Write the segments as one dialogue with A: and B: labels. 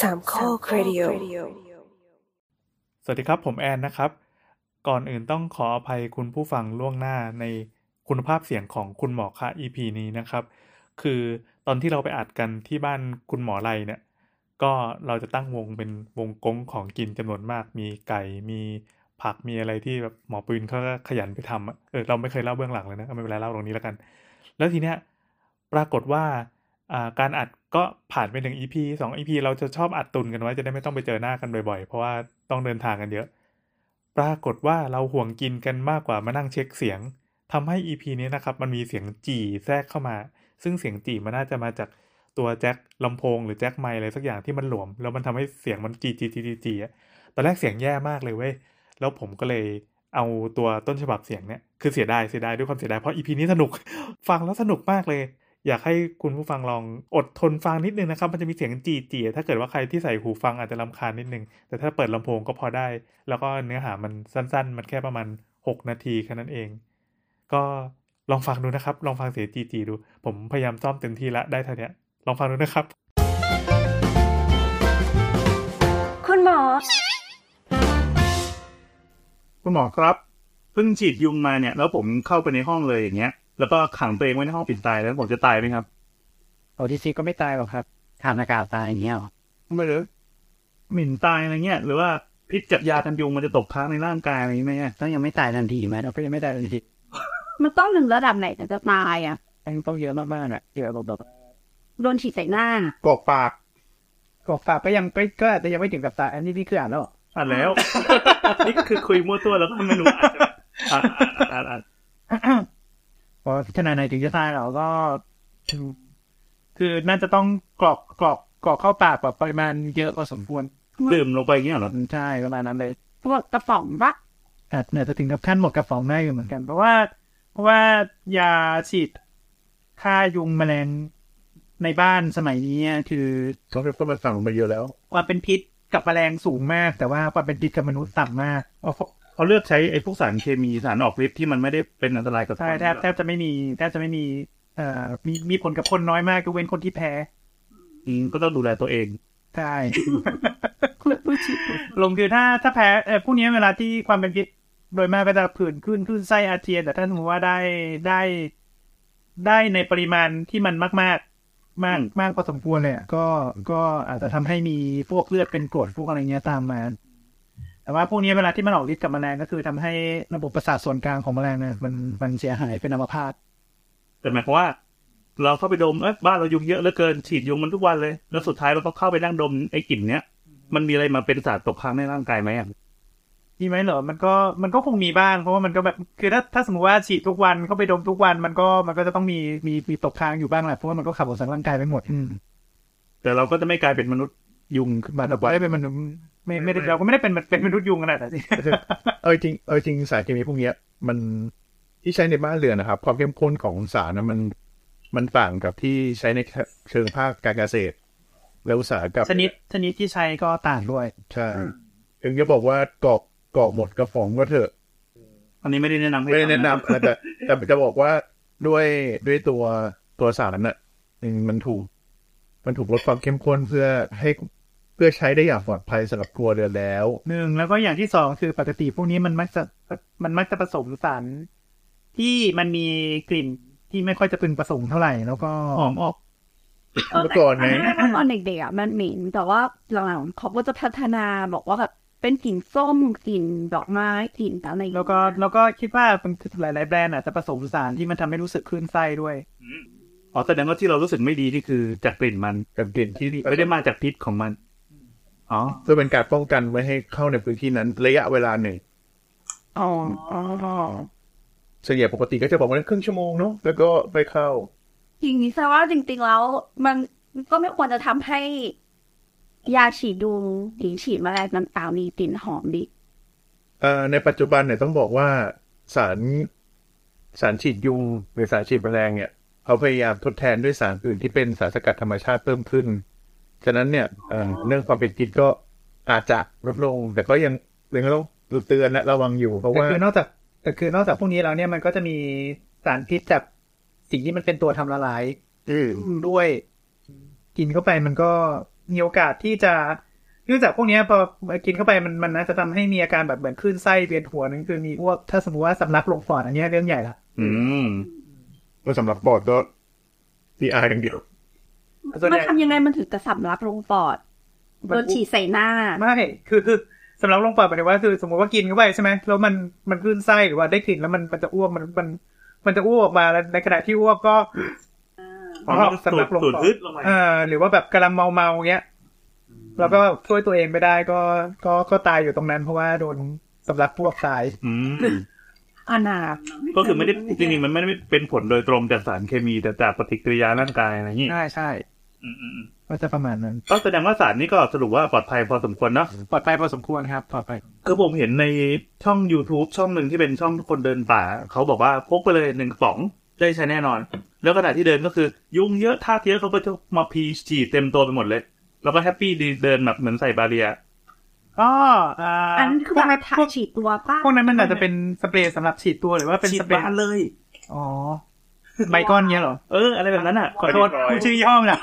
A: สามข้อครดิโอ
B: สวัสดีครับ ผมแอนนะครับ ก่อนอื่นต้องขออภัยคุณผู้ฟังล่วงหน้าในคุณภาพเสียงของคุณหมอคะ EP นี้นะครับ คือตอนที่เราไปอัดกันที่บ้านคุณหมอไรเนี่ย ก็เราจะตั้งวงเป็นวงกงของกินจำนวนมาก มีไก่มีผักมีอะไรที่แบบหมอปืนเขาก็ขยันไปทำอะเออเราไม่เคยเล่าเบื้องหลังเลยนะเอาไม่เป็นไรเล่าตรงนี้แล้วกัน แล้วทีเนี้ยปรากฏว่าอ่าการอัดก็ผ่านไปหนึ่ง EP สอง EP เราจะชอบอัดตุนกันไว้จะได้ไม่ต้องไปเจอหน้ากันบ่อยๆ เพราะว่าต้องเดินทางกันเยอะ ปรากฏว่าเราห่วงกินกันมากกว่ามานั่งเช็คเสียงทำให้ EP นี้นะครับ มันมีเสียงจี่แทรกเข้ามา ซึ่งเสียงจี่มันน่าจะมาจากตัวแจ็คลำโพงหรือแจ็คไมค์อะไรสักอย่างที่มันหลวม แล้วมันทำให้เสียงมันจี่จี่จี่จี่จี่อะตอนแรกเสียงแย่มากเลยเว้ยแล้วผมก็เลยเอาตัวต้นฉบับเสียงเนี่ยคือเสียดายเสียดายด้วยความเสียดายเพราะ EP นี้สนุก ฟังแล้วสนุกมากเลย อยากให้คุณผู้ฟังลองอดทนฟังนิดนึงนะครับ มันจะมีเสียงจีจีถ้าเกิดว่าใครที่ใส่หูฟังอาจจะลำคาญนิดนึง แต่ถ้าเปิดลำโพงก็พอได้ แล้วก็เนื้อหามันสั้นๆ มันแค่ประมาณ 6 นาทีแค่นั้นเอง ก็ลองฟังดูนะครับ ลองฟังเสียงจีจีดู ผมพยายามซ่อมเต็มที่ละได้เท่าเนี้ย ลองฟังดูนะครับ
C: คุณหมอ
D: คุณหมอครับเพิ่งฉีดยุงมาเนี่ย แล้วผมเข้าไปในห้องเลยอย่างเงี้ย แล้วก็ขังตัวเองไว้ในห้องปิดตายแล้วผมจะตายไหมครับ
E: โอทีซีก็ไม่ตายหรอกครับทานอากาศตายอย่างเงี้ยหรอ
D: ไม่เลยหมิ่นตายอะไรเงี้ยหรือว่าพิษจากยากันยุงมันจะตกค้างในร่างกายอะไรอย่างเงี้ยไหมอะ
E: ต้องยังไม่ตายทันทีไหมเราก็ยังไม่ตายทันที
C: มันต้องถึงระดับไหนถึงจะตายอ่ะ
E: ต้องต้องเยอะมากๆอ่ะที่แบบแบบ
C: โดนฉีดใส่หน้า
D: กอกปาก
E: กอกฝากก็ยังก็ก็อาจจะยังไม่ถึงกับตายอันนี้พี่คืออ่านแล้วเหรอ
D: อ่านแล้ว นี่ก็คือคุยมั่วตัวแล้วก็ไม่รู้อ่าน อ่านอ่านอ่าน
E: พอขนาดไหนถึงจะตายเราก็ถึง
D: คือน่าจะต้องกรอกกรอก
E: กอกเข้าปากแบบปริมาณเยอะพอสมควร
D: ดื่มลงไปอย่างเงี้ยเหรอ
E: ใช่ประมาณนั้นเลย
C: พวกกระป๋องปะ
E: อาจอาจจะถึงกับขั้นหมดกระป๋องได้อยู่เหมือนกัน
D: เพราะว่า
E: เพราะว่ายาฉีดฆ่ายุงแมลงในบ้านสมัยนี้เนี่ยคือ
D: เขาเป็นคนมาสั่งมาเยอะแล้ว
E: ความเป็นพิษกับแมลงสูงมาก แต่ว่าความเป็นพิษกับมนุษย์ต่ำมาก
D: เอาเขาเขาเลือกใช้ไอ้พวกสารเคมีสารออกฤทธิ์ที่มันไม่ได้เป็นอันตรายกับ
E: ใช่
D: คน
E: แทบแทบจะไม่มีแทบจะไม่มีเอ่อมีมีผลกับคนน้อยมากยกเว้นคนที่แพ้
D: อืมก็ต้องดูแลตัวเอง
E: ใช่ ลงคือถ้าถ้าแพ้เอ่อพวกนี้เวลาที่ความเป็นพิษโดยมากก็จะผื่นขึ้นขึ้นไส้อาเจียนแต่ถ้าสมมติว่าได้ได้ได้ในปริมาณที่มันมาก ๆ มาก
D: อืม
E: มากพอสมควรเลยอะก็ก็อาจจะทำให้มีพวกเลือดเป็นกรดพวกอะไรเงี้ยตามมา แต่ว่าพวกนี้เวลาที่มันออกฤทธิ์กับแมลงก็คือทำให้ระบบประสาทส่วนกลางของแมลงเนี่ยมันมันเสียหายเป็นอัมพาต
D: แต่หมายความว่า เราเข้าไปดมเอ้ยบ้านเรายุงเยอะเหลือเกินฉีดยุงมันทุกวันเลย แล้วสุดท้ายเราต้องเข้าไปนั่งดมไอ้กลิ่นเนี้ยมันมีอะไรมาเป็นสารตกค้างในร่างกายไหมอ่ะ
E: มีไหมเหรอ มันก็มันก็คงมีบ้าง เพราะว่ามันก็แบบ คือถ้าถ้าสมมติว่าฉีดทุกวันเข้าไปดมทุกวัน มันก็มันก็จะต้องมีมีมีตกค้างอยู่บ้างแหละ เพราะว่ามันก็ขับออกจากร่างกายไปหมด อืม
D: แต่เราก็จะไม่กลายเป็นมนุษย์ยุงขึ้นมา
E: เราไม่ได้เป็นมนุษย์ไม่ไม่ได้เราก็ไม่ได้เป็นเป็นมนุษย์ยุงขนาดนั้นสิ
F: เออจริงเออจริงสารเคมีพวกเนี้ยมันที่ใช้ในบ้านเรือนนะครับ ความเข้มข้นของสารนะมันมันต่างกับที่ใช้ในเชิงภาคการเกษตร และอุตสาหกรรม
E: ชนิดชนิดที่ใช้ก็ต่างด้วย
F: ใช่ถึงจะบอกว่ากรอกกรอกหมดกระป๋องก็เถอะ
D: อันนี้ไม่ได้แนะนำให้
F: ไม่ได้แนะนำนะแต่แต่แต่จะบอกว่าด้วยด้วยตัวตัวสารน่ะมันถูก มันถูกลดความเข้มข้นเพื่อให้เพื่อใช้ได้อย่างปลอดภัยสำหรับครัวเรือนแล้ว
E: หนึ่งแล้วก็อย่างที่สองคือปกติพวกนี้มันมักจะมันมักจะผสมสารที่มันมีกลิ่นที่ไม่ค่อยจะพึงประสงค์เท่าไหร่แล้วก็
D: หอมออก
F: เมื่อก่อนไง
C: ตอนเด็กๆอ่ะมันเหม็นแต่ว่าหลังๆเขาก็จะพัฒนาบอกว่าแบบเป็นกลิ่นส้มกลิ่นดอกไม้กลิ่นอะไรอย่างเงี้ย
E: แล้วก็แล้วก็คิดว่ามันหลาย ๆ แบรนด์อาจจะผสมสารที่มันทำให้รู้สึกคลื่นไส้ด้วย
D: อ๋อแสดงว่าที่เรารู้สึกไม่ดีนี่คือจากกลิ่นมัน
F: กับกลิ่นที่
D: ไม่ได้มาจากพิษของมันอ๋อ
F: เพื่อเป็นการป้องกันไม่ให้เข้าในพื้นที่นั้นระยะเวลาหนึ่ง
C: อ๋ออ๋อ
F: ส่วนใหญ่ปกติก็จะบอกว่าครึ่งชั่วโมงเนาะแล้วก็ไม่เข้า
C: จริงๆแสดงว่าจริงๆแล้ว มันก็ไม่ควรจะทำให้ ยาฉีดยุงหรือฉีดแมลงต่างๆมีกลิ่นหอมดิ
F: เอ่อในปัจจุบันเนี่ยต้องบอกว่าสารสารฉีดยุงหรือสารฉีดแมลงเนี่ยเขาพยายามทดแทนด้วยสารอื่นที่เป็นสารสกัดธรรมชาติเพิ่มขึ้น ฉะนั้นเนี่ยเอ่อเรื่องความเป็นพิษก็อาจจะลดลง แต่ก็ยังยังต้องเตือนและระวังอยู่เพราะ
E: แต่
F: ว่า
E: คือนอกจากแต่คือนอกจากพวกนี้แล้วเนี่ยมันก็จะมีสารพิษจากสิ่งที่มันเป็นตัวทำละลายด้วยกินเข้าไปมันก็ มีโอกาสที่จะเนื่องจากพวกเนี้ยพอกินเข้าไปมันมันน่าจะทำให้มีอาการแบบเหมือนคลื่นไส้เวียนหัวนั่นคือมีอ้วกถ้าสมมติว่าสำลักลงปอดอันเนี้ยเรื่องใหญ่ละ
D: อืม
F: ก็สำหรับปอดก็ดีอาอย่างเดียว
E: ส่วนใหญ่
C: มันทำยังไงมันถึงจะสำลักลงปอดโดนฉีดใส่หน้า
E: ไม่คือคือสำหรับลงปอดหมายถึงว่าคือสมมติว่ากินเข้าไปใช่ไหมแล้วมันมันคลื่นไส้หรือว่าได้กลิ่นแล้วมันมันจะอ้วกมันมันมันจะอ้วกออกมาแล้วในขณะที่อ้วกก็
D: อ๋อ
E: ก็สำลักลง
D: สูด
E: ป
D: สูด
E: อด
D: ฮึดลงไป
E: เออหรือว่าแบบกำลังเมาเมาๆเงี้ยแล้วก็ช่วยตัวเองไม่ได้ก็ก็ก็ตายอยู่ตรงนั้นเพราะว่าโดนสำลักพวกตาย
D: อืม
E: อนาถ
D: ก็คือไม่ได้จริงๆมันไม่ได้เป็นผลโดยตรงจากสารเคมีแต่จากปฏิกิริยาร่างกายอะไรอย่างนี้
E: ใช่ใช่
D: อืมอืมอืม
E: ก็จะประมาณนั้น
D: ก็แสดงว่าสารนี้ก็สรุปว่าปลอดภัยพอสมควรเนาะ
E: ปลอดภัยพอสมควรครับปลอดภัย
D: คือผมเห็นในช่อง YouTube ช่องหนึ่งที่เป็นช่องคนเดินป่า เขาบอกว่าพกไปเลยหนึ่งกระป๋องได้ใช้แน่นอน แล้วขณะที่เดินก็คือ ยุงเยอะท่าเทียเขาไปมาพีฉีดเต็มตัวไปหมดเลย แล้วก็แฮปปี้ดีเดินแบบเหมือนใส่บาเรีย
E: ก็อ่า
C: อันนั้นคือ
E: พวก
C: แบ
E: นั้น
C: บทา
E: พวก
C: ฉีดตัวป้า
E: พวกนั้นมันอาจจะเป็นสเปรย์สำหรับฉีดตัวหรือว่าเป็น
D: ฉี
E: ส
D: ด
E: เปรย์
D: บ้านเลย
E: อ๋อไบก้อนเงี้ยเหรอ
D: เออ อะไรแบบนั้นอ่ะ
E: ขอโทษ
F: พาริ
E: พูด
F: ทรอยด์
E: ชื่อยี่ห้อมันอะ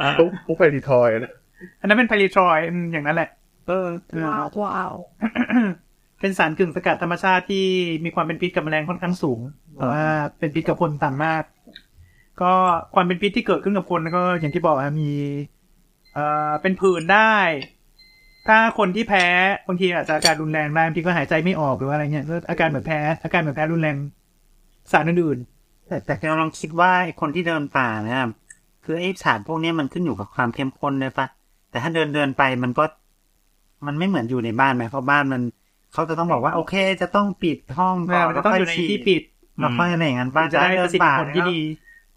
D: อ่ะ
F: พวกพวกไปดีทอยนะ
E: อันนั้นเป็นพาริทรอยด์อืมอย่างนั้นแหละ
D: เออ
C: ว้าวว้าว
E: เป็นสารกึ่งสกัดธรรมชาติที่มีความเป็นพิษกับแมลงค่อนข้างสูงแต่ว่าเป็นพิษกับคนต่ำมาก ก็ความเป็นพิษที่เกิดขึ้นกับคนก็อย่างที่บอกอะมีเอ่อเป็นผื่นได้ ถ้าคนที่แพ้บางทีอาจจะอาการรุนแรงได้บางทีก็หายใจไม่ออกหรือว่าอะไรเงี้ยก็อาการเหมือนแพ้อาการเหมือนแพ้รุนแรงสารอื่น
G: แต่แต่กำลังคิดว่าไอ้คนที่เดินป่านะครับคือไอ้สารพวกเนี้ยมันขึ้นอยู่กับความเข้มข้นเลยปะแต่ถ้าเดินเดินไปมันก็ มันไม่เหมือนอยู่ในบ้านไหมเพราะบ้านมัน เขาจะต้องบอกว่า โอเค จะต้องปิดห้อง
E: ๆเอ
G: ก่อ
E: อน มันจะต้องอยู่ในที่ปิด
G: แล้วค่อยอะไรอย่างนั้นบ้าน
E: จะได้ประสิทธิผลที่ดี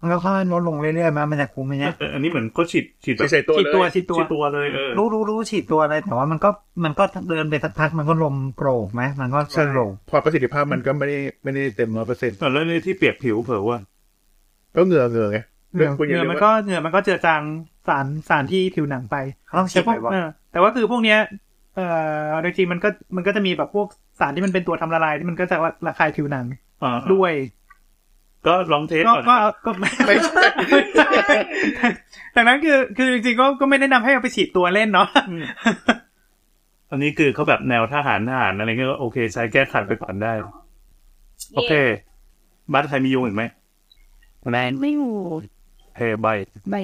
G: มันก็ค่อยลดลงเรื่อยๆมามันจะคุ้มไหมเนี่ย
D: เอออันนี้เหมือนเขาฉีดฉีดแบบ
F: ใส่ตัว
E: ฉีด
F: เล
E: ตัวย ฉีดตัว
D: ฉีดตัวเลยเออ
G: รู้รู้รู้ฉีดตัวอะไรแต่ว่ามันก็มันก็เดินไปสักพักมันก็ลมโกรกไหมมันก็สลบ
F: พอประสิทธิภาพมันก็ไม่ได้ไม่ได้เต็มร้อยเปอร์เซ็นต์
D: แต่แล้วในที่เปียกผิวเผลอว่า
F: ก็เหงื่อเหงื่อไง
E: เห
F: รื่
E: งื่
F: ง
E: อ
F: คุณย่าลื
E: มันก็เหงื่อมันก็เจือจางสารสารที่ผิวหนังไป
G: เขาต้องฉี
E: แต่
G: ด
E: พวก
G: บ่อย
E: เออแต่ว่าคือพวกเนี้ยเอ่อโดยทีมันก็มันก็จะมีแบบพวกสารที่มันเป็นตัวทำละลายที่มันก็จะระคายผิวหนัง
D: อ่า
E: ด้วย
D: ก็ลองเทส
E: ก็
D: ก่อน
E: ก็ก็ไม่ ดังนั้นคือคือจริงๆก็ก็ไม่แนะนำให้เอาไปฉีดตัวเล่นเนาะ
D: อันนี้คือเขาแบบแนวทหารทหารอะไรเงี้ยก็โอเค ใช้แก้ขัดไปก่อนได้ โอเค บ้านใครมียุงอีกไหม
G: ๆแม่
C: ไม่หู
D: เฮใบ
C: ใบ